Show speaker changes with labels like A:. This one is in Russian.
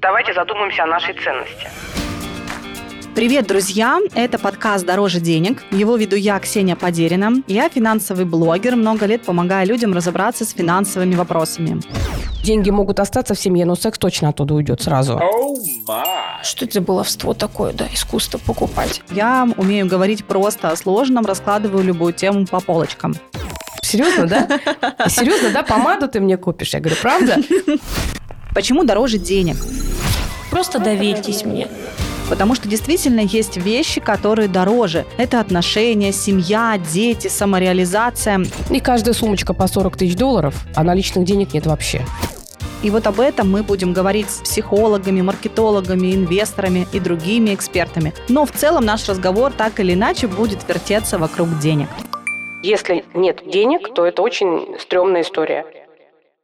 A: Давайте задумаемся о нашей ценности.
B: Привет, друзья! Это подкаст «Дороже денег». Его веду я, Ксения Подерина. Я финансовый блогер, много лет помогаю людям разобраться с финансовыми вопросами.
C: Деньги могут остаться в семье, но секс точно оттуда уйдет сразу.
D: Что это за баловство такое, да, искусство покупать?
B: Я умею говорить просто о сложном, раскладываю любую тему по полочкам.
C: Серьезно, да? Серьезно, да? Помаду ты мне купишь? Я говорю, правда?
B: Почему дороже денег?
D: Просто доверьтесь мне.
B: Потому что действительно есть вещи, которые дороже. Это отношения, семья, дети, самореализация.
C: И каждая сумочка по 40 тысяч долларов, а наличных денег нет вообще.
B: И вот об этом мы будем говорить с психологами, маркетологами, инвесторами и другими экспертами. Но в целом наш разговор так или иначе будет вертеться вокруг денег.
C: Если нет денег, то это очень стрёмная история.